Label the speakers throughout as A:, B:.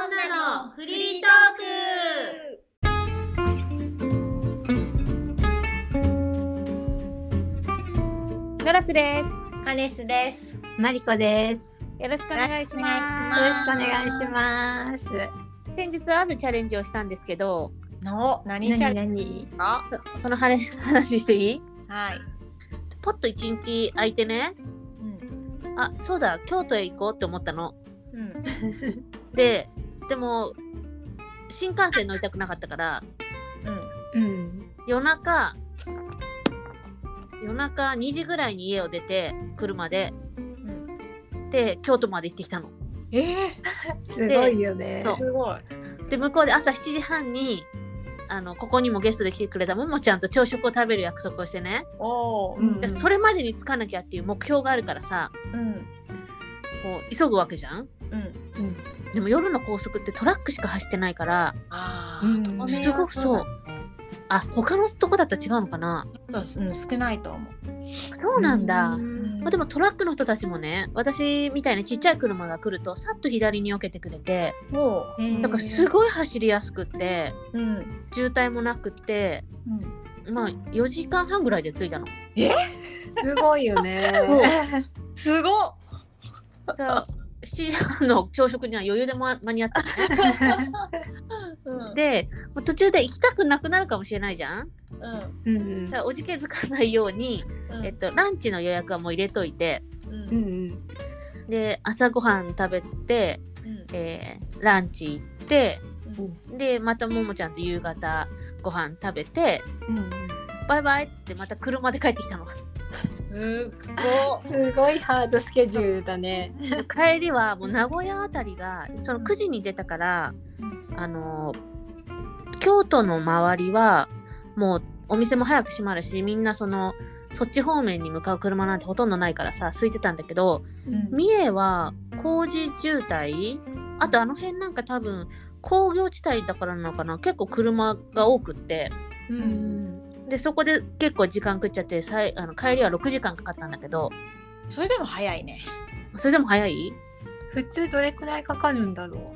A: のフリートーク
B: ノラスです。
A: カネスです。よ
C: マリコです。よ
B: よろしくお願いしま
A: よ
B: す。
C: ろしくお願いします。
B: 先日あるチャレンジをしたんですけど、
A: の、何チャ
C: 何
A: レンジ
C: 何
A: ですか
B: そその話話していい？
A: はい。
B: ポッと一日空いてね、
A: うん。
B: あそうだ京都へ行こうって思ったの。
A: うん。
B: で、でも新幹線乗りたくなかったから
A: うん。
C: うん。
B: 夜中夜中2時ぐらいに家を出て車で
A: うん。
B: で京都まで行ってきたの。
A: えー、
C: すごいよね。
B: そう
A: すごい。
B: で向こうで朝7時半にあのここにもゲストで来てくれたももちゃんと朝食を食べる約束をしてね。
A: おお。
C: うん
B: でそれまでにつかなきゃっていう目標があるからさ
A: うん。
B: こう急ぐわけじゃん
A: うん。
B: でも夜の高速ってトラックしか走ってないから
A: あ
C: う
A: あ、
C: ん
A: 透明はそうだね。
B: あ他のとこだったら違うのかな
A: ちょっとうん少ないと思う。
B: そうなんだ、まあ、で
A: も、
B: もトラックの人たちもね私みたいなちっちゃい車が来るとさっと左に避けてくれて
A: もう、
B: なんかすごい走りやすくって
A: うん。
B: 渋滞もなくって
A: うん。
B: まあ4時間半ぐらいで着いたの。
C: すごいよね。
A: すごっ。
B: だから7時半の朝食には余裕で間間に合った
A: うん。
B: でまあ途中で行きたくなくなるかもしれないじゃん
A: うん。
C: うん
B: だからおじけづかないように
A: うん
B: えっと、ランチの予約はもう入れといて
A: う。
C: うんん。
B: で朝ごはん食べて、
A: うん。
B: えーランチ行って
A: うん
B: でまたももちゃんと夕方ご飯食べて
C: うん。
B: バイバイっつってまた車で帰ってき たの
A: すっご
C: すごいハードスケジュールだね。
B: 帰りはもう名古屋あたりがその9時に出たから、
A: う
B: あのー京都の周りはもうお店も早く閉まるしみんなそのそっち方面に向かう車なんてほとんどないからさ空いてたんだけど、
A: うん
B: 三重は工事渋滞あとあの辺なんか多分工業地帯だからなのかな結構車が多くって
C: うん。
B: でそこで結構時間食っちゃってさいあの帰りは6時間かかったんだけど
A: それでも早いね。
B: それでも早い
C: 普通どれくらいかかるんだろ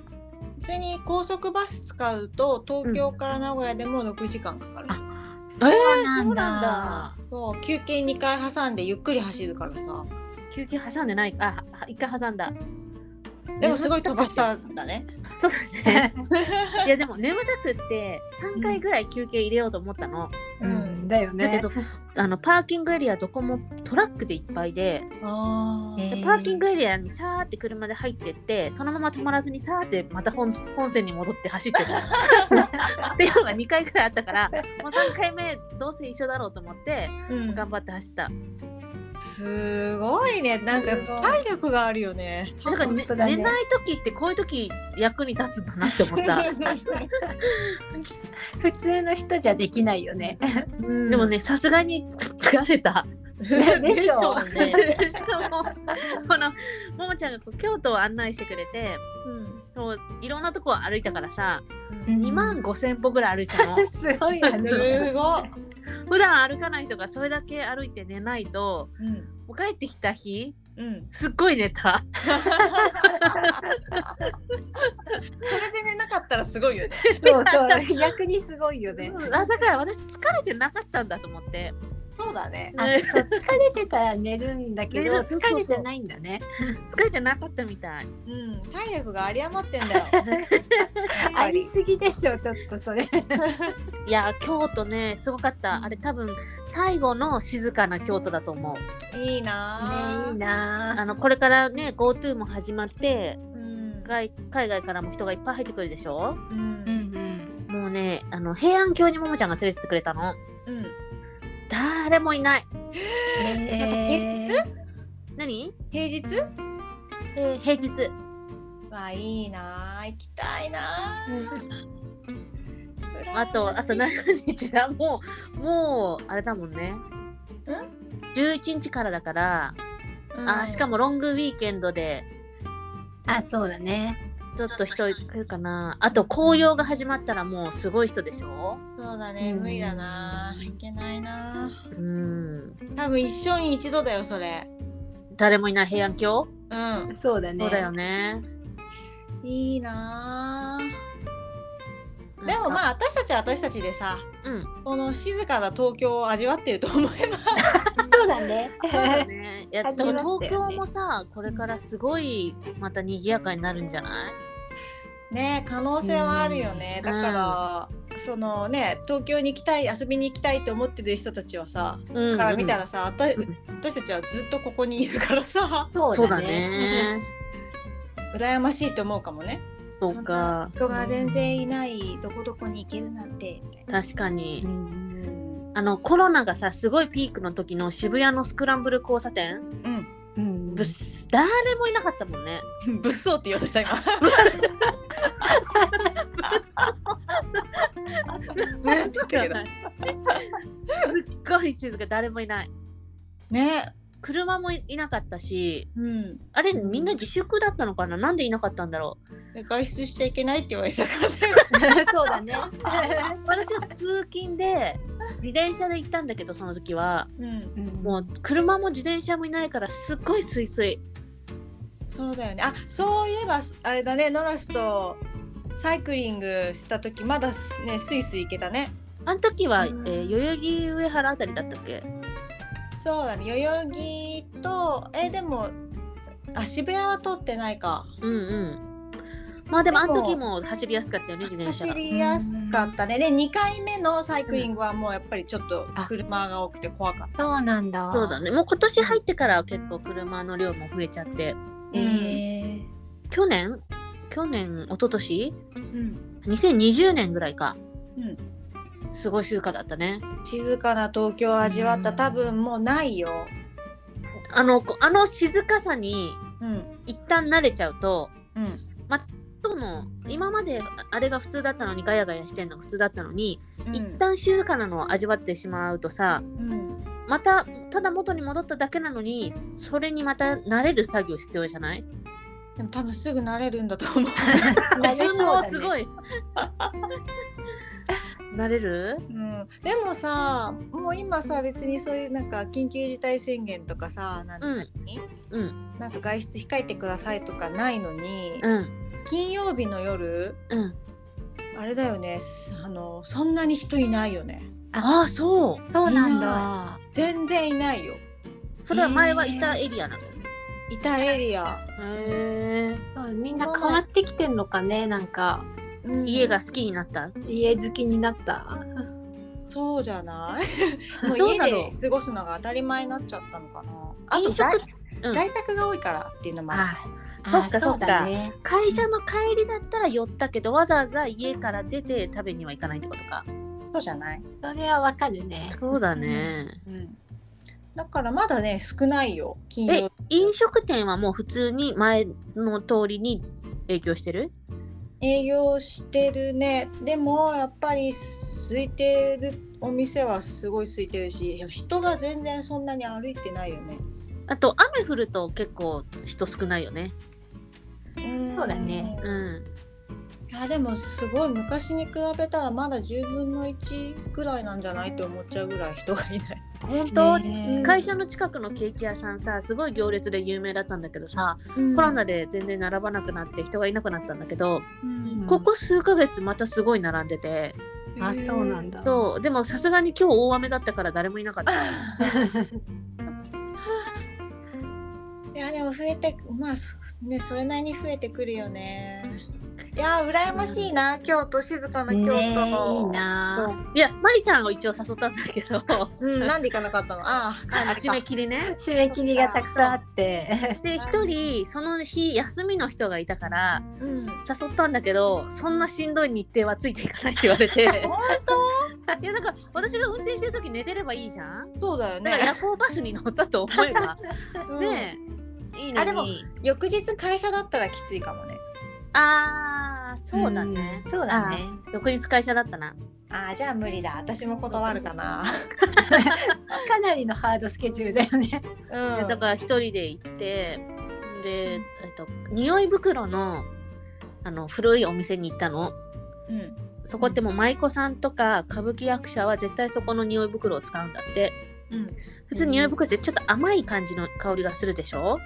A: 普通に高速バス使うと東京から名古屋でも6時間かかるんです、
B: え
C: う。
B: ー
C: そう
B: そうなんだ
A: そう休憩2回挟んでゆっくり走るからさ
B: 休憩挟んでないあは一回挟んだ
A: でもすごい飛ばしたんだね
B: そうだね いやでも眠たくって3回ぐらい休憩入れようと思ったの、
C: う
A: うん
C: ん。だよ
B: だけ
C: ね。
B: どあのパーキングエリアどこもトラックでいっぱいで
A: あ
C: え
A: ー
B: でパーキングエリアにさーって車で入ってってそのまま止まらずにさーってまた本本線に戻って走って たっていうのが2回ぐらいあったからもう3回目どうせ一緒だろうと思って
A: うん
B: 頑張って走った
A: すごいねなんかやっぱ体力があるよね
B: だから、ね
C: 本当だね
B: 寝ない時ってこういう時役に立つんだなって思った
C: 普通の人じゃできないよね。
A: うん
B: で もねさすがに 疲れた
A: でしょう
B: し
A: ね、
B: かもこのももちゃんがこう京都を案内してくれて
A: うん
B: もういろんなとこを歩いたからさ
A: うん
B: 2万5,000歩ぐらい歩いた の。
C: すごいよね。
A: すごい、
B: 普段歩かない人がそれだけ歩いて寝ないと
A: うん
B: もう帰ってきた日
A: うん、
B: すっごい寝た
A: それで寝なかったらすごいよね
C: そうそう。逆にすごいよね。
B: あだから私疲れてなかったんだと思って
A: そうだね
C: あ
B: ね
C: そう疲れてたら寝るんだけど
B: 寝るそうそうそう
C: 疲れてないんだね。
B: 疲れてなかったみたい
A: うん体力が有り余ってんだよやっ
C: あ
A: ぱ
C: り
A: り
C: すぎでしょちょっとそれ。
B: いや京都ねすごかったあれ多分最後の静かな京都だと思う
A: いいな
C: ね
A: あ
C: いいな
B: あ
C: あ。
B: のこれからね GoTo も始まって
A: うん
B: 外海外からも人がいっぱい入ってくるでしょ
A: うん
C: ん
B: もうねあの平安京にももちゃんが連れてってくれたの
A: うん
B: 誰もいない
C: うん。
A: え
C: え
B: 何、
A: 平日
B: えー平日
A: はいいなあ行きたいなあ
B: あと、あと何日だもう、もう、あれだもんね。11日からだから、あしか
A: も
B: もロングウィーケンドで
C: あそうだね。
B: ちょっと人来るかなあと紅葉が始まったらもうすごい人でしょ
A: そうだね
C: うん
A: 無理だなあ行けないなあ
B: うん
A: 多分一生に一度だよそれ
B: 誰もいない平安京、
A: うん
C: そうだね。
B: そうだよね
A: いいなあ
B: うん
A: でもまあ私たちは私たちでさ
B: うん
A: この静かな東京を味わってると思えば
C: そうだね。
B: そうだね。いや、で
C: 始ま
B: も
C: った
B: 東
C: よ
B: 京
C: ね
B: もさ、これからすごいまた賑やかになるんじゃない？
A: ね可能性はあるよね、
B: うん
A: だから、そのね東京に行きたい遊びに行きたいと思ってる人たちはさ、
B: う
A: から見た
B: ら。
A: らさあた
B: うん
A: 私たちはずっとここにいるからさ
C: そ
B: そうだ。ね。
A: 羨ましいと思うかもね。
B: そうか。
A: 人が全然いないどこどこに行けるなんてみたいな。
B: 確かに
C: う。ん。
B: あのコロナがさすごいピークの時の渋谷のスクランブル交差点、
A: うん、
C: うん
B: ぶっ誰もいなかったもんね。
A: 物騒って言われた 今。ブスって言ったけ ど
B: すっごい静か誰もいない。
A: ね、
B: 車もいなかったし、
A: うん、
B: あれみんな自粛だったのかな？なんでいなかったんだろう。
A: で外出しちゃいけないって言われたからね。
C: そうだね。
B: 私は通勤で自転車で行ったんだけどその時は。
A: うん、
B: もう車も自転車もいないからすっごいすいすい
A: そうだよね。あ、そういえばあれだね、ノラスとサイクリングした時まだねスイスイ行けたね。
B: あの時は、
A: うん
B: えー代々木上原あたりだったっけ
A: そうだね、代々木とえでもあ渋谷は通ってないか。
B: うんうんまあでもあ
A: でも
B: の時も走りやすかったよね自転車
A: 走
B: が
A: りやすかったね。で2回目のサイクリングはもうやっぱりちょっと車が多くて怖かっ
C: そうなんだ。
B: そうだねもう今年入ってから結構車の量も増えちゃって
A: た。
C: えー
B: 去年去年一昨年
A: うん
B: 2020年ぐらいか
A: うん
B: すごい静かだったね
A: 静かな東京を味わった
C: うん
A: 多分もうないよ。
B: あのこあの静かさに
A: うん
B: 一旦慣れちゃうと
A: うん
B: との今まであれが普通だったのにガヤガヤしてんのが普通だったのに
A: うん
B: 一旦静かなのを味わってしまうとさ
A: うん
B: またただ元に戻っただけなのにそれにまた慣れる作業必要じゃない
A: でも多分すぐ慣れるんだと思う。
C: 慣れそう
B: 順
C: だ
B: 応
C: ね
B: す ごい慣れる
A: うん、でもさもう今さ別にそういうなんか緊急事態宣言とかさなんか,、
B: うんうん
A: なんか外出控えてくださいとかないのに、
B: うん
A: 金曜日の夜
B: うん
A: あれだよねあのそんなに人いないよね
B: ああそう
C: そうなん
A: い
C: だ。
A: 全然いないよ
B: それは前はいたエリアなのへ
A: いたエリア、
B: え
C: そうみんな変わってきてんのかね。なんか
A: うん
B: 家が好きになった
C: 家好きになった。
A: そうじゃない もう
B: どう
A: 家
B: なの
A: で過ごすのが当たり前になっちゃったのかなあと
B: 飲食
A: 在,、
B: うん
A: 在宅が多いからっていうのもある
B: ああそっか
C: あー
B: そっ
C: だ
B: か
C: ね
B: 会社の帰りだったら寄ったけどわざわざ家から出て食べには行かないってことか
A: そうじゃない、
C: それはわかるね。
B: そうだね
A: うん、だからまだね少ないよ金
B: え
A: 曜
B: 飲食店はもう普通に前の通りに影響してる
A: 営業してるねでもやっぱり空いてるお店はすごい空いてるし人が全然そんなに歩いてないよね
B: あと雨降ると結構人少ないよね
A: ん
C: そうだね
B: うん
A: いやでもすごい昔に比べたらまだ10分の1ぐらいなんじゃないって思っちゃうぐらい人がいない
B: 本
C: 当
B: 当、
C: に
B: 会社の近くのケーキ屋さんさすごい行列で有名だったんだけどさ、コ
A: コ
B: ロナ、で全然並ばなくなって人がいなくなったんだけど、
A: うん
B: ここ数ヶ月またすごい並んでて、
C: あ、そうなん
A: だ
C: だ。
B: そうでもさすがに今日大雨だったから誰もいなかった
A: いやでも増えてまあそねそれなりに増えてくるよねいや羨ましいな京都静かな京都
C: ねえいい
A: の、
C: な。
B: いやまりちゃんを一応誘ったんだけ ど
A: うんなんで行かなかったのあー
B: あ
A: あ
B: の
A: れ
B: 締
A: か
B: め切りね
C: 締め切りがたくさんあって。
B: で一人その日休みの人がいたから
A: うん
B: 誘ったんだけどそんなしんどい日程はついていかないって言わ れて
A: 本
B: いやなんか私が運転してる時寝てればいいじゃん
A: 当そうだよ
B: だから
A: ね
B: 夜行バスに乗ったと思えばねえいいのに
A: あでも翌日会社だったらきついかもね
B: あーそうだね
C: ん、そうだね。
B: 独立会社だったな
A: あーじゃあ無理だ私も断るかな
C: かなりのハードスケジュールだよね。
A: う
B: でだから一人で行ってで、えっと、匂い袋のあの古いお店に行ったの
A: うん
B: そこってもう舞妓さんとか歌舞伎役者は絶対そこの匂い袋を使うんだって
A: うん
B: 普通匂い袋ってちょっと甘い感じの香りがするでしょ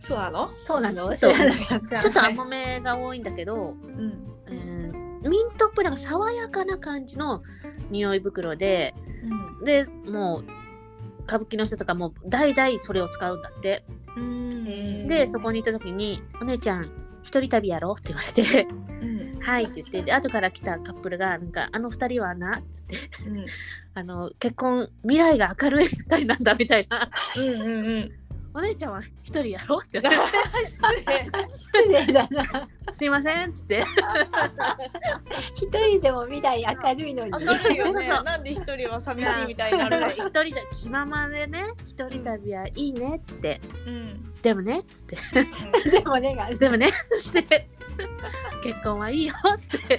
A: そうなの
C: そうな の。
B: そう
C: 知らなかった
B: ちょっと甘めが多いんだけど、
A: うん
B: えーミントっぽいなんか爽やかな感じの匂い袋で
A: うん
B: でもう歌舞伎の人とかもう代々それを使うんだって
A: うん
C: へー
B: でそこに行った時に「お姉ちゃん一人旅やろ?」って言われて 「
A: うん
B: はい」って言ってで後から来たカップルが「なんかあの二人はな」っつって
A: うん
B: あの「結婚未来が明るい二人なんだ」みたいな
A: うんうんうん
B: 「お姉ちゃんは一人やろ?」って言われ
C: 失礼だな。
B: て「すいません」っつって
C: 一人でも未来明るいのに。
A: 明るいよね
B: そうそう
A: なんで一人は寂しいみたいになるの
B: 一人だ気ままでね一人旅はいいねっつって
A: うん
B: 「でもね」っつって
C: でもねが。
B: 「でもね」っつって 「結婚はいいよ」っつって「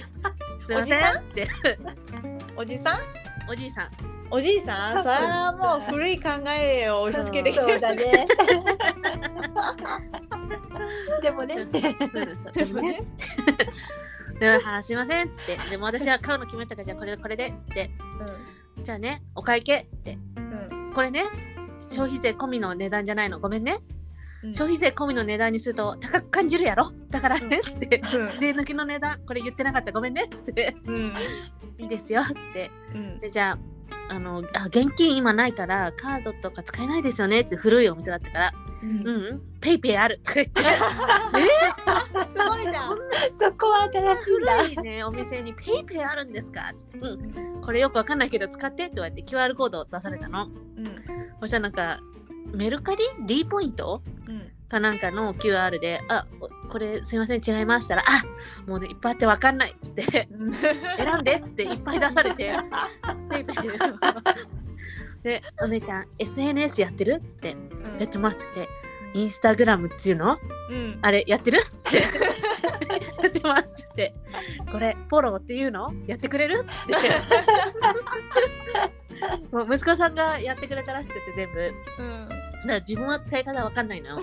B: すいません」っつって
A: おじさん
B: おじいさん
A: おじいさんそれはもう古い考えを押し付けてきて
C: そうだね。でもねって。
B: 「でもね」っつって「 ではあすいません」っつって「でも私は買うの決めたからじゃあこれでこれで」っつって「じゃあねお会計」っつって
A: うんうん
B: 「これね消費税込みの値段じゃないのごめんね」
A: うん
B: 消費税込みの値段にすると高く感じるやろだからねっつって
A: うん
B: 税抜きの値段これ言ってなかったごめんねっつって
A: うん
B: いいですよっつって
A: うん
B: でじゃああのあ現金今ないからカードとか使えないですよねっつって古いお店だったから
A: うん
B: うんうんペイペイあるとか 言って
A: すごいじゃん
C: そこは新しいんだ。
B: 古いねお店にペイペイあるんですかっつってうんこれよくわかんないけど使ってって言われて QR コードを出されたの
A: うん
B: そしたらなんかメルカリ D ポイント
A: うん
B: かなんかの QR で「あおこれすいません違いましたら「あもうねいっぱいあってわかんない」っつって「選んで」っつっていっぱい出されて「ペイペイでで「お姉ちゃん SNS やってる?」っつって「やってます」って「インスタグラムっていうの
A: うん
B: あれやってる?」っつって「やってます」って「これフォローっていうのやってくれる?」ってもう息子さんがやってくれたらしくて全部だ
A: うん
B: から自分は使い方わかんないのよ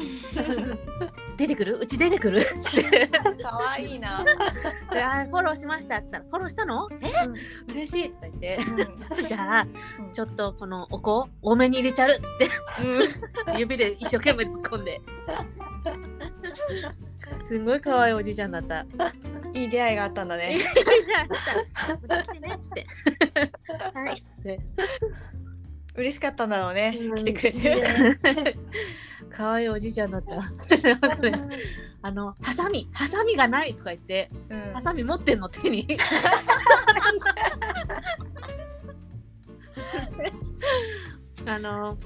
B: 出てくるうち出てくる?」っつって
A: 可愛いな
B: 「であーフォローしました」っつったら「フォローしたのえ、嬉しい」って言って「じゃあちょっとこのお香多めに入れちゃる」っつっ
A: うん
B: て指で一生懸命突っ込んで。すんごい可愛いおじいちゃんだった。
A: いい出会いがあったんだ
B: いい
A: ね
B: じゃんだった。また来てねっつって。はいっつって。
A: 嬉しかったんだろうね
B: うん
A: 来てくれて
B: 可愛いおじいちゃんだった。なんかねあのハサミハサミがないとか言って
A: うん
B: ハサミ持ってんの手に。あの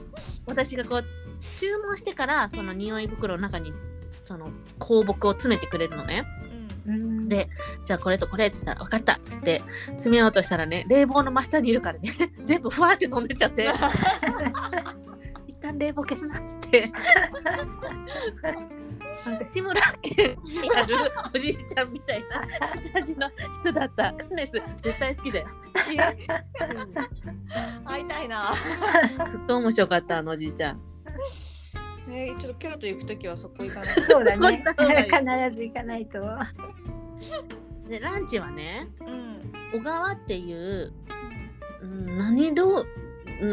B: 私がこう注文してからその匂い袋の中にその香木を詰めてくれるのね。
C: うん
B: でじゃあこれとこれっつったら分かったっつって詰めようとしたらね冷房の真下にいるからね 全部ふわって飛んでっちゃって一旦冷房消すなっつって なんか志村けんにあるおじいちゃんみたいな感じの人だったカンネス絶対好きだよ、
A: 会いたいな
B: ずっと面白かったあのおじいちゃん
A: ねちょっと京都行くときはそこ行かない
C: そうだ
B: そう
C: ね。
B: だね
C: 必ず行かないと。
B: でランチはね
A: うん
B: 小川っていう、うん、何どう、う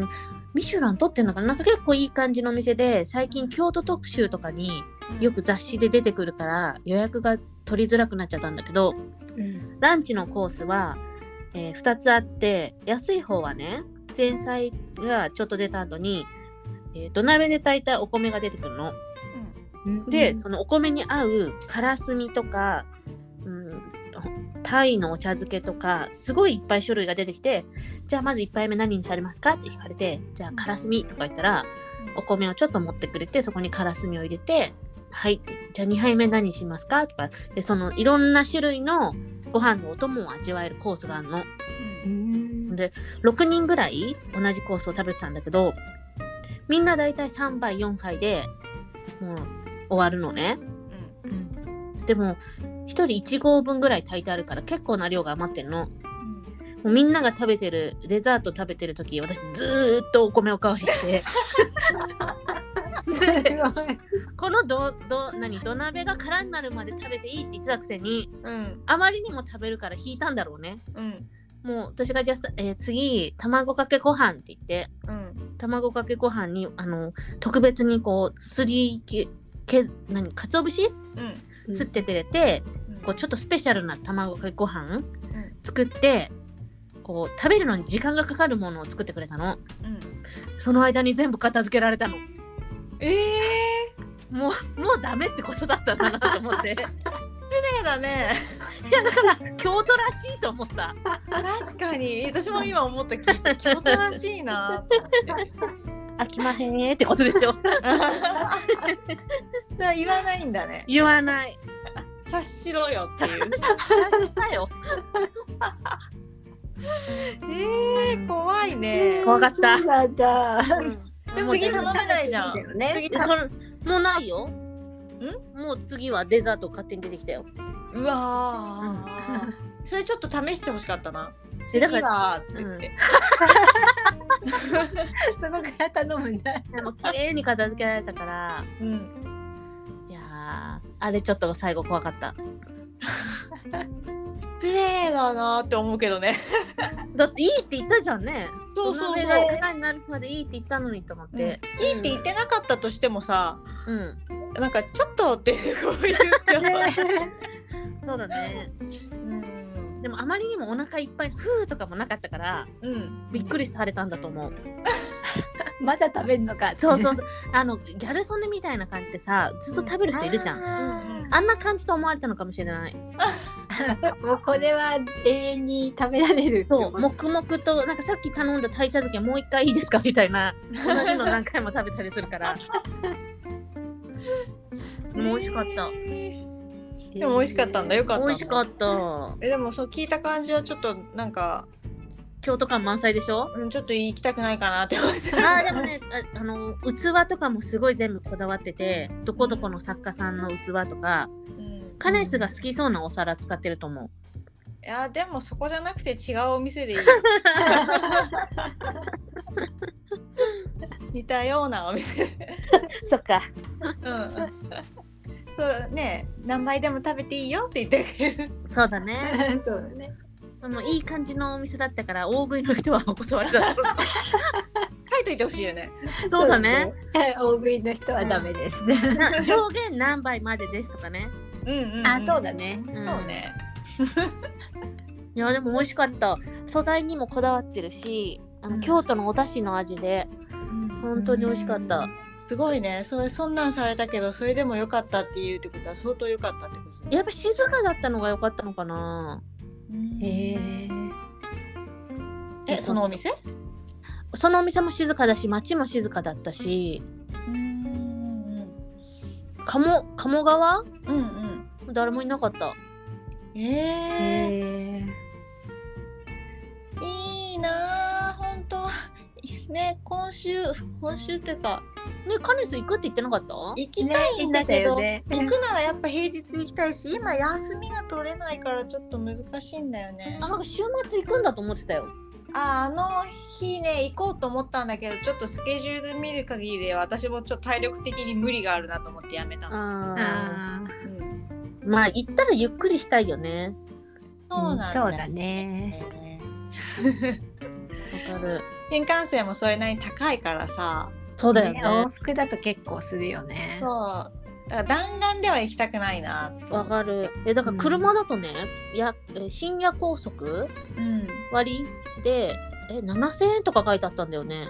B: ん、ミシュラン取ってんのかななんか結構いい感じのお店で最近京都特集とかによく雑誌で出てくるから予約が取りづらくなっちゃったんだけど
C: うん。
B: ランチのコースは、え2つあって安い方はね前菜がちょっと出た後に、えー土鍋で炊いたお米が出てくるの。で、そのお米に合うからすみとか、うん、タイのお茶漬けとかすごいいっぱい種類が出てきてじゃあまず1杯目何にされますかって聞かれてじゃあからすみとか言ったらお米をちょっと持ってくれてそこにからすみを入れてはいじゃあ2杯目何しますかとかでそのいろんな種類のご飯のお供を味わえるコースがあるの。
C: うん。
B: で6人ぐらい同じコースを食べてたんだけどみんなだいたい3杯4杯でもう終わるのね。でも1人1合分ぐらい炊いてあるから結構な量が余ってるの。もうみんなが食べてるデザート食べてる時私ずーっとお米おかわりして このどど何土鍋が空になるまで食べていいって言ってたくせに
A: うん
B: あまりにも食べるから引いたんだろうね
A: うん
B: もう私がじゃあ、えー次卵かけご飯って言って
A: うん
B: 卵かけご飯にあの特別にこうすりけけ何かつお節
A: うん
B: すっててれて、
A: うん
B: こうちょっとスペシャルな卵かけご
A: う
B: 飯
A: ん
B: 作ってこう食べるのに時間がかかるものを作ってくれたの
A: うん
B: その間に全部片付けられたの
A: ええ
B: もうもうダメってことだったんだなと思 ってい
A: ー、だね
B: やだから京都らしいと思った
A: 確かに私も今思った聞いて京都らしいなって
B: 飽きまへんねってことでしょ
A: だから言わないんだね
B: 言わない
A: 察しろよっていう
B: だよ
A: えー、怖いね
B: 怖かった
C: そうなんだ。
B: でも
A: 次頼めないじゃん
C: でもね
A: 次
B: で
A: た
B: そのもうないよんもう次はデザート勝手に出てきたよ
A: うわー、それちょっと試してほしかったな
B: え
A: 次
B: だから
A: はっつって、
C: そこから頼むんだ。
B: でも綺麗に片付けられたから
A: うん、
B: いやーあれちょっと最後怖かった
A: 失礼だなって思うけどね
B: だっていいって言ったじゃんね
A: そうそうそう
B: 土鍋が空になるまでいいって言ったのにと思って
A: いいって言ってなかったとしてもさ
B: うん、
A: なんかちょっとってこう言っても
B: そうだね
A: うん
B: でもあまりにもお腹いっぱいのフーとかもなかったから
A: うん
B: びっくりされたんだと思う
C: まだ食べるのか。
B: そうそうそう あのギャル曽根みたいな感じでさずっと食べる人いるじゃん
C: ん
B: あんな感じと思われたのかもしれない
C: もうこれは永遠に食べられるって
B: そ
C: 思
B: う黙々となんかさっき頼んだ鯛茶漬けもう一回いいですかみたい な同じの何回も食べたりするからもう美味しかっ
A: え
B: た
A: ーでも美味しかったんだよかった
B: 美味しかった
A: えでもそう聞いた感じはちょっとなんか、
B: 京都感満載でしょ
A: うん、ちょっと行きたくないかなって思って
B: あーでもねああの器とかもすごい全部こだわっててどこどこの作家さんの器とか
A: うん
B: カネスが好きそうなお皿使ってると思
A: いやでもそこじゃなくて違うお店でいい似たようなお店
B: うそっか
A: うんそうね何杯でも食べていいよって言ってくれる
B: そうだね
C: そうだね。
B: でもいい感じのお店だったから大食いの人はお断りだった
A: 書いといてほしいよね
B: そうだね。
C: 大食いの人はダメですね。
B: な上限何杯までですとかね
A: うんうん、うん、
C: あ、そうだね。
B: うん
A: そうね
B: いやでも美味しかった素材にもこだわってるしあの、
A: うん
B: 京都のお出汁の味で本当に美味しかった、
A: すごいねそれそんなんされたけどそれでも良かったっていうってことは相当良かったってことね
B: やっぱ静かだったのが良かったのかな
C: え。
A: えそのお店
B: そのお店も静かだし街も静かだったし
A: うん
B: 鴨鴨川
A: うんうん
B: 誰もいなかった
A: えー、
C: え。
A: いいなあ本当ね今週今週っていうか
B: ねカネス行くって言ってなかった
A: 行きたいんだけど、
C: ね行
A: 行
C: ってたよ
A: く
C: ね
A: ならやっぱ平日行きたいし今休みが取れないからちょっと難しいんだよね
B: あなんか週末行くんだと思ってたよ
A: ああの日ね行こうと思ったんだけどちょっとスケジュール見る限りで私もちょっと体力的に無理があるなと思ってやめたの、
B: あ
C: あ
A: うん
B: ーまあ行ったらゆっくりしたいよね
C: あ。
A: そうなんだ,、
C: そうだね。
B: わかる
A: 新幹線もそれなりに高いからさ
B: そうだよね
C: ね往復だと結構するよね。
A: そうだから弾丸では行きたくないなと
B: わかるえだから車だとね、やえ深夜高速
A: うん、
B: 割でえ7000円とか書いてあったんだよね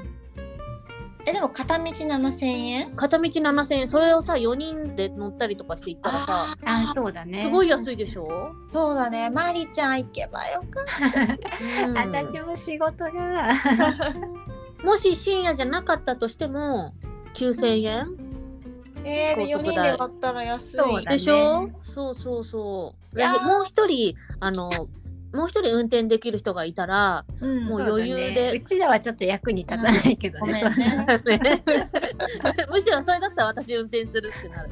A: えでも片道7000円
B: 片道7000円それをさ4人で乗ったりとかして行ったらさ
C: あー、そうだね。
B: すごい
C: い。
B: 安いでしょ、
A: そうだねマリちゃん行けばよかっ
B: うん
C: 私も仕事が。
B: もし深夜じゃなかったとしても9000円
A: たえー、で4
B: 高速
A: 人
B: 代
A: で割ったら安い
C: そうだね
B: でしょそうそうそう
A: いやー
B: もう一人あのもう一人運転できる人がいた ら
A: うん
B: もう
C: そうだね
B: 余裕で
C: うちらはちょっと役に立たないけど
A: ご
C: ね。
A: めん
C: そうね
A: ね
B: ねむしろそれだったら私運転するってなる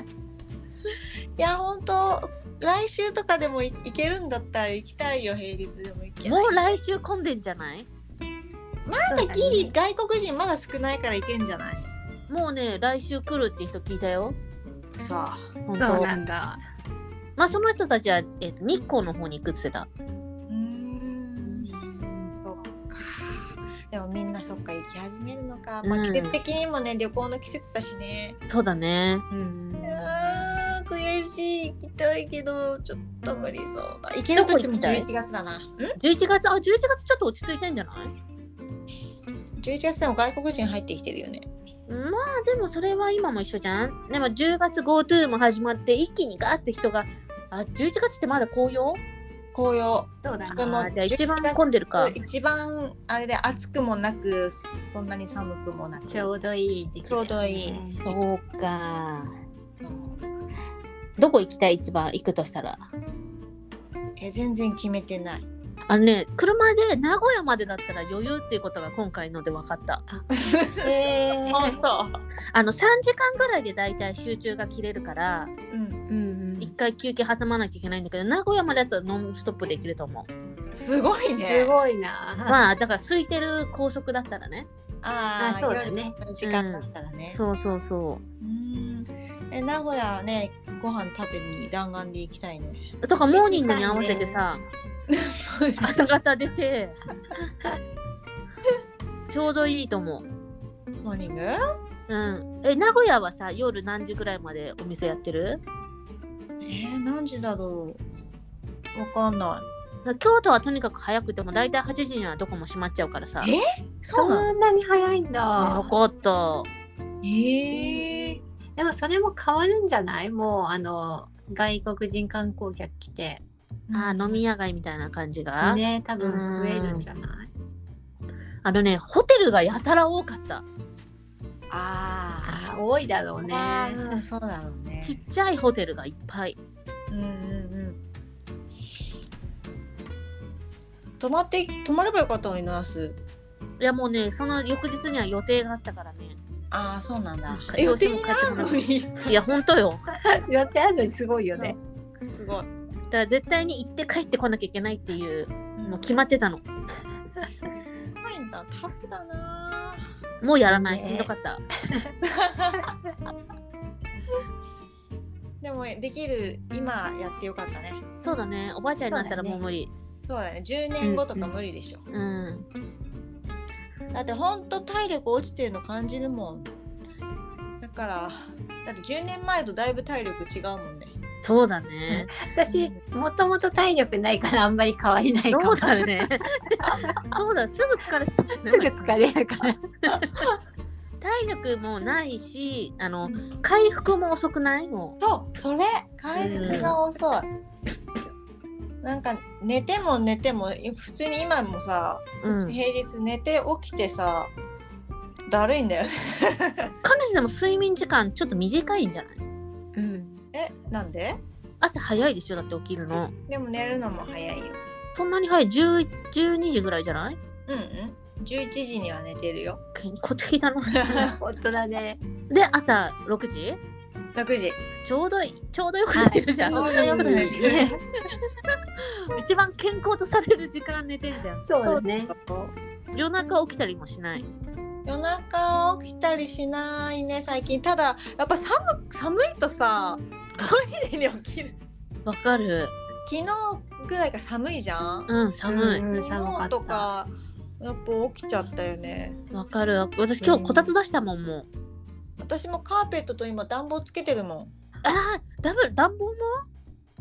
A: いや本当来週とかでもい行けるんだったら行きたいよ平日でも行けない
B: もう来週混んでんじゃない
A: まだギリ外国人まだ少ないから行けんじゃない
B: もうね来週来るって人聞いたよ
A: さ
B: 本
C: そう
B: 当
C: なんだ。
B: まあその人たちは、えっと日光の方に行くって言ってた
A: あうんそっかでもみんなそっか行き始めるのか、ま
B: う
A: あ、
B: ん
A: 季節的にもね旅行の季節だしね
B: そうだね
C: うん。
A: あー悔しい行きたいけどちょっと無理そうだ行けるとしても
B: どこ行きたい
A: 11月だな
B: 11月あ11月ちょっと落ち着いてんじゃない
A: 11月でも外国人入ってきてるよね
B: まあでもそれは今も一緒じゃんでも10月 GoTo も始まって一気にガーって人があ11月ってまだ紅葉
A: 紅葉
C: そうだ
A: し
C: な
A: かも
B: あーじゃあ一番混んでるか
A: 一番あれで暑くもなくそんなに寒くもなく
C: ちょうどいい時期だよね、
A: ちょうどいい
B: そうか
A: うん
B: どこ行きたい一番行くとしたら
A: え全然決めてない
B: あのね車で名古屋までだったら余裕っていうことが今回ので分かった
C: えー、
A: 当
B: あの3時間ぐらいでだいたい集中が切れるから
A: うん
C: うんうん
B: 一回休憩挟まなきゃいけないんだけど名古屋までだったらノンストップできると思う
A: すごい
C: す
A: ね
C: ごいな。
B: まあだから空いてる高速だったらね
A: あ
C: あ
A: あ
C: そうだね
A: 夜の時間だったらね、
B: そうそうそう
A: うんえ名古屋はねご飯食べに弾丸で行きたい ね
B: とかモーニングに合わせてさ、朝方出 てちょうどいいと思
A: モーニング
B: う、うん、え名古屋はさ夜何時ぐらいまでお店やってる
A: えー、何時だろうわかんな
B: 京都はとにかく早くても大体8時にはどこも閉まっちゃうからさ
A: えい
C: そんなに早いん
B: よ
C: だ。
B: かった
A: えー、
C: でもそれも変わるんじゃないもうあの外国人観光客来て
B: あー飲み屋街みたいな感じが、
C: ね多分増えるんじゃない
B: あのねホテルがやたら多かった
A: あ
C: あー多いだろう
A: ー
C: ね。
A: あーうんそうだろうね
B: ちっちゃいホテルがいっぱい
A: うんうんうん泊まって泊まればよかったのになす
B: いやもうねその翌日には予定があったからね
A: ああそうなんだ
B: うん
A: 予定があるのに
B: いやほんとよ
C: 予定あるのにすごいよね。
A: すごい
B: だから絶対に行って帰ってこなきゃいけないっていうもう決まってたの
A: 高いんだタフだな
B: もうやらない、
C: ね
B: しんどかった。
A: でもできる今やってよかったね
B: そうだね、おばあちゃんになったらもう無理。
A: そうだね10年後とか無理でしょ、
B: う
A: だってほんと体力落ちてるの感じるもんだからだって10年前とだいぶ体力違うもんね
B: ん、そうだね。
C: 私もともと体力ないからあんまり変わりないか
B: そ
C: も
B: う。だね。 そうだ、すぐ疲れてたもんね
C: すぐ疲れる から。
B: 体力もないし、あの
A: う
B: 回復も遅くないも
A: そうそれ回復が遅い、なんか寝ても寝ても普通に今もさ、
B: う。うん。
A: 平日寝て起きてさだるいんだよね
B: 彼女でも睡眠時間ちょっと短いんじゃない？
C: うん。
A: えなんで
B: 朝早いでしょだって起きるの。
A: でも寝るのも早いよ
B: そんなに早い11、12時ぐらいじゃない？
A: うんうん11時には寝てるよ
B: 健康的だな。
C: 本当だね。
B: で朝6時？
A: 6時
B: ちょうどいいちょうどよく寝てるじゃん。
A: はいちょうどよく寝てる
B: 一番健康とされる時間寝てんじゃん。
C: そうだね。
A: そう
B: 夜中起きたりもしない。
A: 夜中起きたりしないね最近ただやっぱ寒寒いとさトイレに起きる
B: わかる。
A: 昨日ぐらいが寒いじゃん
B: うん、寒
C: うんうん、
A: 昨
C: 寒か
A: 日
C: った
A: と。かやっぱ起きちゃったよね
B: い。わかる。私今日こたつ出したもん、もう。
A: 私もカーペットと今暖房つけてるもん
B: ああ、ダブル、暖房も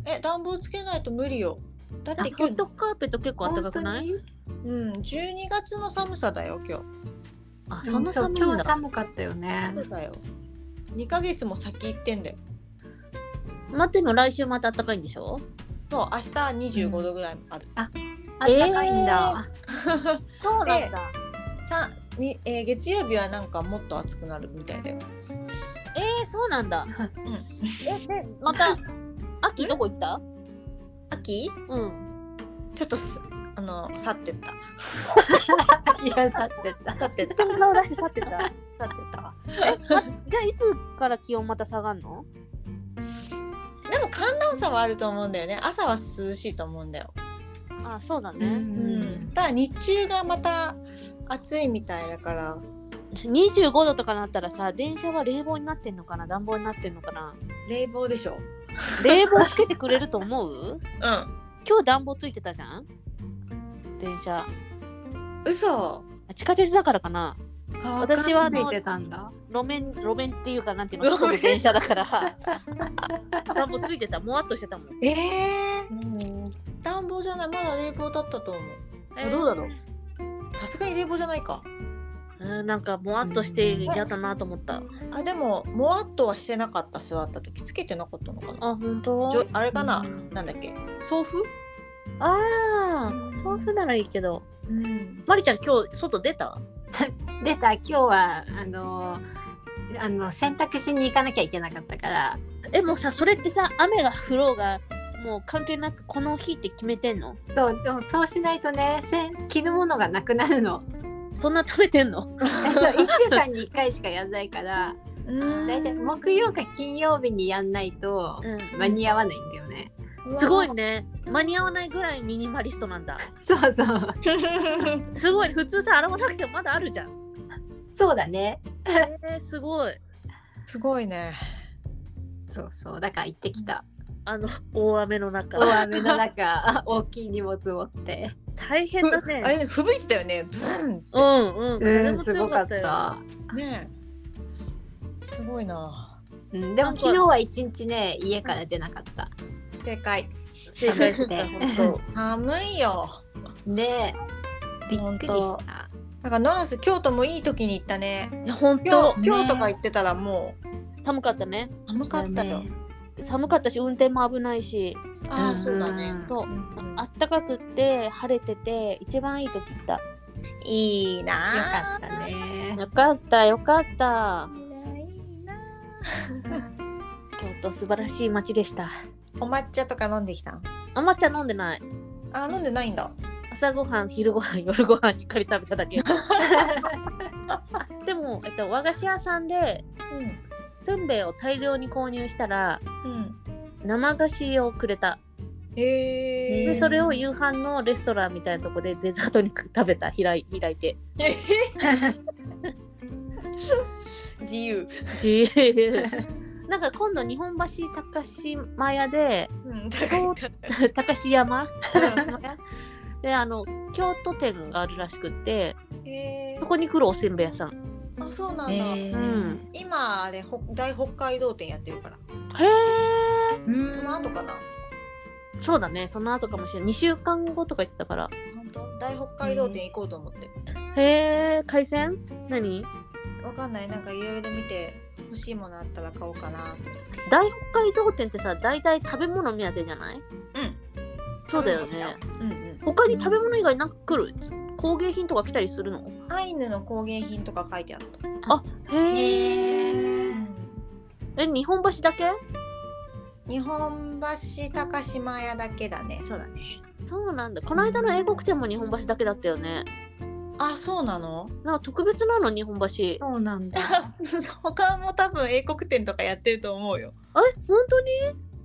A: え暖房つけないと無理よだっ
B: あ
A: て、
B: ホ
A: 今
B: ッ
A: 日
B: トカーペット結構暖かくない
C: 本
A: うん12月の寒さだよ今日
B: あ、
C: 当に
B: そんな寒い
C: そうん今日
B: だ。
C: 寒かったよね
A: そ。うだよ2ヶ月も先行ってんだよ
B: まあ、でも来週また暖かいんでしょ
A: そう明日25度ぐらいある、
C: あったかいんだ。
B: そ
A: なん
B: うだ。
A: さにえー月曜日はなんかもっと暑くなるみたいだよ
B: えー、そうなんだ。え、で、また、秋どこ行った
A: 秋
B: うん。
A: ちょっとすあの去ってった
C: いや、去ってった。
A: 去 ってった去
B: そんな出して去ってた。じゃ
A: ってったわ
B: あ、いつから気温また下がるの
A: でも寒暖差はあると思うんだよね朝は涼しいと思うんだよ
B: あ、そうだ
C: う
B: ね。
A: うん
C: ん。
A: ただ日中がまた暑いみたいだから
B: 25度とかなったらさ、電車は冷房になってんのかな暖房になってんのかな
A: 冷房でしょ
B: 冷房つけてくれると思 う
A: うん
B: 今日暖房ついてたじゃん電車
A: 嘘
B: 地下鉄だからかな私はあ
C: つい
B: の
C: てたんだ。
B: 路面路面っていうかなんていうの外の電車だから 暖房ついてたもわっとしてたもん、
A: ええ
C: うん
A: ー、暖房じゃないまだ冷房だったと思う
B: えー
A: どうだろうさすがに冷房じゃないか
B: うんなんかもわっとして嫌だなと思った
A: あでももわっとはしてなかった座った時つけてなかったのかな
B: あ本当
A: じょあれかな、
B: うん
A: なんだっけ送風
B: ああそういうふうならいいけど
A: うん
B: まりちゃん今日外出た
C: 出た今日はあのあの洗濯しに行かなきゃいけなかったから
B: えもうさそれってさ雨が降ろうがもう関係なくこの日って決めてんの
C: そうでもそうしないとねせん着るものがなくなるの
B: そんな食べてんの
C: そう1週間に1回しかやんないから大体
A: も
C: 木曜か金曜日にやんないと
B: ん
C: 間に合わないんだよね。
B: すごいね間に合わないぐらいミニマリストなん だ
C: そうそう
B: すごい普通さ洗わなくてもまだあるじゃん
C: そうだね
B: えー、すごい
A: すごいね
C: そうそうだから行ってきた
B: あの大雨の中
C: 大雨の中 大きい荷物持って
B: 大変だ
A: ふあれ
B: ね
A: ね吹雪いてたよねブーンっ
B: うんうん風
C: う
B: も
C: んす
B: 強
C: ご
B: か
C: か
B: っ
C: った
B: よ
C: た、
A: てねすごいな
C: うん、で
B: なん
C: も
B: か
C: 昨日は一日ね家から出なかった
A: 正解
B: 正解してた
C: 寒
B: 本当
A: 寒いよ
C: ねびっくりした
A: だからノラス京都もいい時に行ったね
B: いや本
A: 今
B: 当
A: 日今日とか行ってたらも
B: 寒かったね
A: う寒かったよ、
C: だね
B: 寒かったし運転も危ないし
A: ああそうだね
C: うん
B: そう
A: うん
B: あったかくって晴れてて一番いい時行った
A: いいなよ
C: よかったね
B: よかったよかった
A: いいな
B: 京都素晴らしい街でした
A: お抹茶とか飲んできたん
B: あまちゃん飲んでない
A: あ飲んでないんだ
B: 朝ごはん昼ごはん夜ごはんしっかり食べただけ でも、えっと、和菓子屋さんで
A: うん
B: せんべいを大量に購入したら
A: うん
B: 生菓子をくれた
A: へえ
B: で
C: ね
B: それを夕飯のレストランみたいなとこでデザートに食べた開い開 いて
A: 自由
B: 自由なんか今度日本橋高島屋 で
A: うん高い
B: 高島山であの京都店があるらしくって
A: へえ
B: そこに来るおせんべい屋さん
A: あそうなんだ、
C: ね
B: うん
A: 今あれほ大北海道店やってるからこ
B: へえ
C: うん
A: の後かな
B: そうだねその後かもしれない2週間後とか言ってたから
A: 本当大北海道店行こうと思って
B: へえ海鮮何
A: わかんないなんかいろいろ見て欲しいものあったら買おうかなと思って
B: 大北海道店ってさ大体食べ物目当てじゃない
A: うん
B: そうだよね
A: うんうん
B: 他に食べ物以外なんか来る工芸品とか来たりするの
A: アイヌの工芸品とか書いてあった。
B: へええ日本橋だけ
A: 日本橋高島屋だけだね。そうだね。
B: そうなんだこの間の英国店も日本橋だけだったよね
A: あ、そうなの？
B: なんか特別なの日本橋
C: そうなんだ
A: 他も多分英国店とかやってると思うよ。
B: え本当に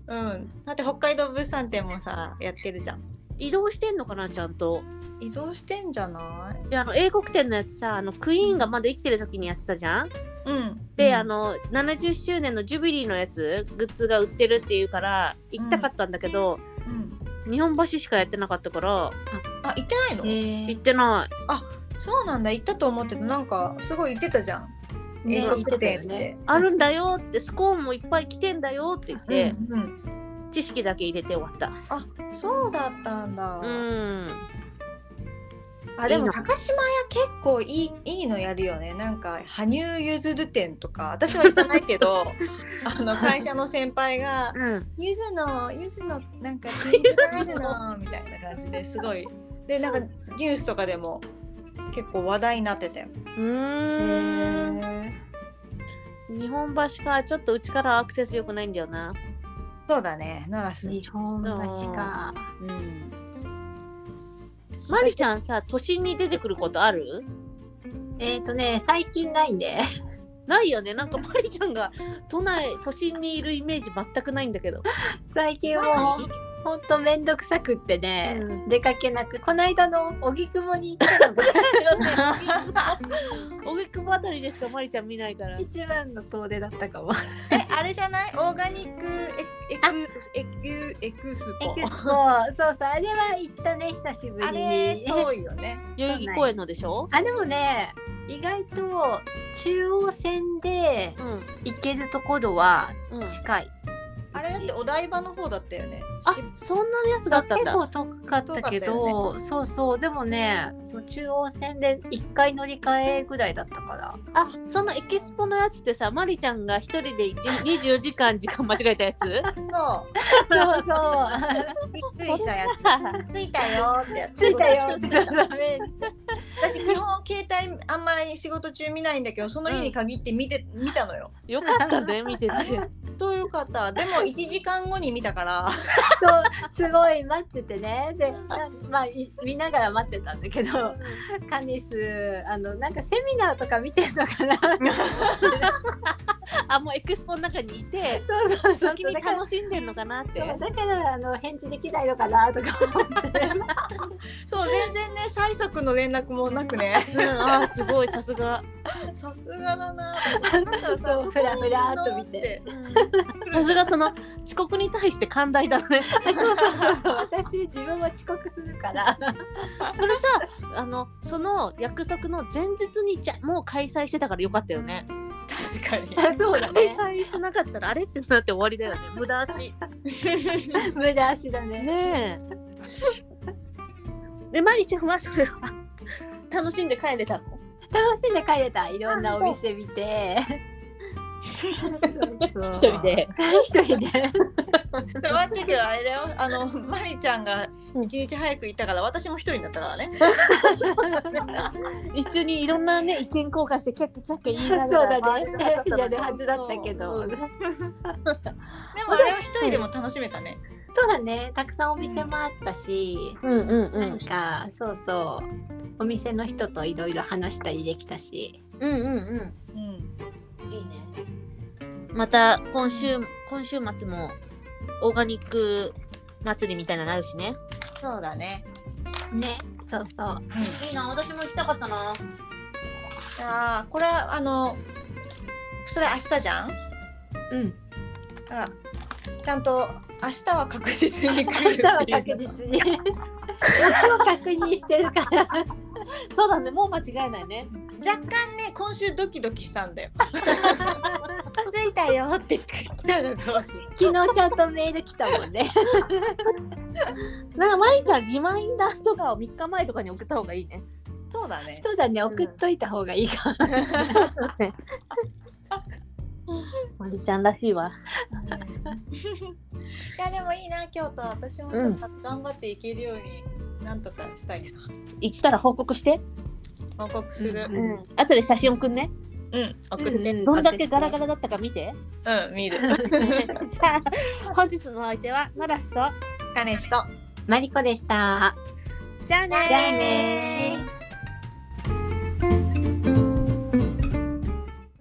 A: うん。だって北海道物産展もさやってるじゃん。
B: 移動してんのかなちゃんと
A: 移動してんじゃない？
B: いやあの英国店のやつさあのクイーンがまだ生きてる時にやってたじゃん
A: うん。
B: で、
C: うん
B: あの70周年のジュビリーのやつグッズが売ってるっていうから行きたかったんだけど、
A: うん。
B: 日本橋しかやってなかったから
A: あ、行ってないの？
C: ね
B: 行ってない
A: そうなんだ。行ったと思ってた。なんかすごい行ってたじゃん。
C: ね
A: 英
C: 行っ
A: 国
C: てた
A: 店
C: よ
A: って。
C: ね
B: あるんだよっつってスコーンもいっぱい来てんだよって言って、
A: うんうん。
B: 知識だけ入れて終わった
A: あ、そうだったんだ。
B: うん
A: あで
B: いい
A: も
B: の
A: 高島屋結構いいいいのやるよねなんか羽生結弦店とか私は行かないけどあの会社の先輩が
B: うん
A: 「ゆずのゆずのなんかチーズがあるの」みたいな感じですごいでなんかニュースとかでも結構話題になってたよ。
B: うーん日本橋かちょっとうちからアクセス良くないんだよな
A: そうだねノラス。
C: 日本橋か
B: うんまりちゃんさ都心に出てくることある
C: えっ、とね最近ないね
B: ないよねなんかまりちゃんが都内都心にいるイメージ全くないんだけど
C: 最近も
A: ないう
C: ほんとめんどくさくってね、
B: うん
C: 出かけなくこないだの荻窪に行ったのが
B: 荻窪あたりでしかまりちゃん見ないから
C: 一番の遠出だったかも
A: えあれじゃないオーガニックエクエクエクエクス
C: エ
A: ポ
C: ク。スポそうそうあれは行ったね久しぶ
A: あ
C: り
A: れ
C: に
A: 遠いよね。
B: 代々木公園のでしょ
C: あでもね意外と中央線で
B: う
C: 行けるところは
B: んうん
C: 近い。
A: あれだってお台場の方だったよね。
B: あ
A: し
B: そんなやつだったんだ
C: 結構遠かったけど、そうそうでもねそう中央線で1回乗り換えぐらいだったから
B: あそのエキスポのやつってさまりちゃんが一人で一24時間時間間違えたやつ
A: そ
C: そうそう
A: う、びっくりしたやつ。
B: さ
A: 着いたよーってやつ。
C: 着いたよ
A: 仕事中に私基本携帯あんまり仕事中見ないんだけど、その日に限って見て、見たのよ。
B: よかったね見てて
A: という方、でも1時 間後に見たから、
C: そうすごい待っててねでなまあい見ながら待ってたんだけどカニスあのなんかセミナーとか見てんのかな
B: あもうエキスポの中にいて
C: そうそうそう
B: 先に
C: だから
B: 楽しんでんのかなって
C: そうだからあの返事できないのかなとか思って。
A: そう、全然ね、催促の連絡もなくね。
B: うんあーすごいさすが
A: さすがだな。だったらさ、
C: そう
A: どこにいる
C: ふらふらっ
A: の
C: と
A: っ
C: 見て
A: て。
B: さすがその遅刻に対して寛大だね
C: 私自分も遅刻するから
B: それさあのその約束の前日にじゃもう開催してたからよかったよね
A: 確か
C: そうだね
B: 開催してなかったらあれってなって終わりだよね無駄足
A: に。
C: 無駄足だね
B: ねえ。で、マリちゃんはそれは楽しんで帰れたの
C: 楽しんで帰れたいろんなお店見てそう
B: 一人で
C: 一人で
A: ちょっと待ってけどあれだよあのマリちゃんが
B: うん
A: 一日早く行ったから私も一人だったからね。
B: 一緒にいろんなね、意見交換して、キャッキャキャッキャ言いな
C: そ
B: が
C: う
B: ら
C: だ
B: 回
C: ね
B: れたはずだったの
C: や
B: に。
C: るはずだったけど、
B: うん
A: でもあれは一人でも楽しめたね。
C: そうだねたくさんお店もあったし、
B: うんうんう
C: なん
B: ん。
C: かそうそうお店の人といろいろ話したりできたし
B: うんう
A: う
B: ん
A: ん。
B: うん。いいね。また、今週、今週末も、オーガニック祭りみたいなのあるしね。
A: そうだね。
C: ねそうそう
A: うん、じ
B: いいな、私も行きたかったな。
A: ゃあこれはあのそれ明日じゃん。
C: うん
A: だからちゃんと明日は確実に来る
C: 明
A: って
C: 日
A: いう。
C: は確実 にいつも確認してるから
B: そうだね、もう間違いないね。
A: 若干ね今週ドキドキしたんだよ。 着いたよって来たらどうしよう。
C: 昨日ちゃんとメール来たもんね
B: なんか、マリちゃん、リマインダーとかを3日前とかに送った方がいいね。
A: そうだ ね。
C: そうだね送っといた方がいいかも、
B: マリちゃんらしいわ。
A: いやでもいいな京都私もちょっと頑張っていけるようになんとかしたい
B: 行ったら報告して。
A: な報告する
C: う
A: うん
B: うん、後で写真送んね。
A: ん送って
C: うん
B: どんだけガラガラだったか見て。
A: うん見る
B: じゃあ、本日のお相手はマラスと。
A: カネスと
C: マリコでした
B: じゃあねー
A: じゃあねー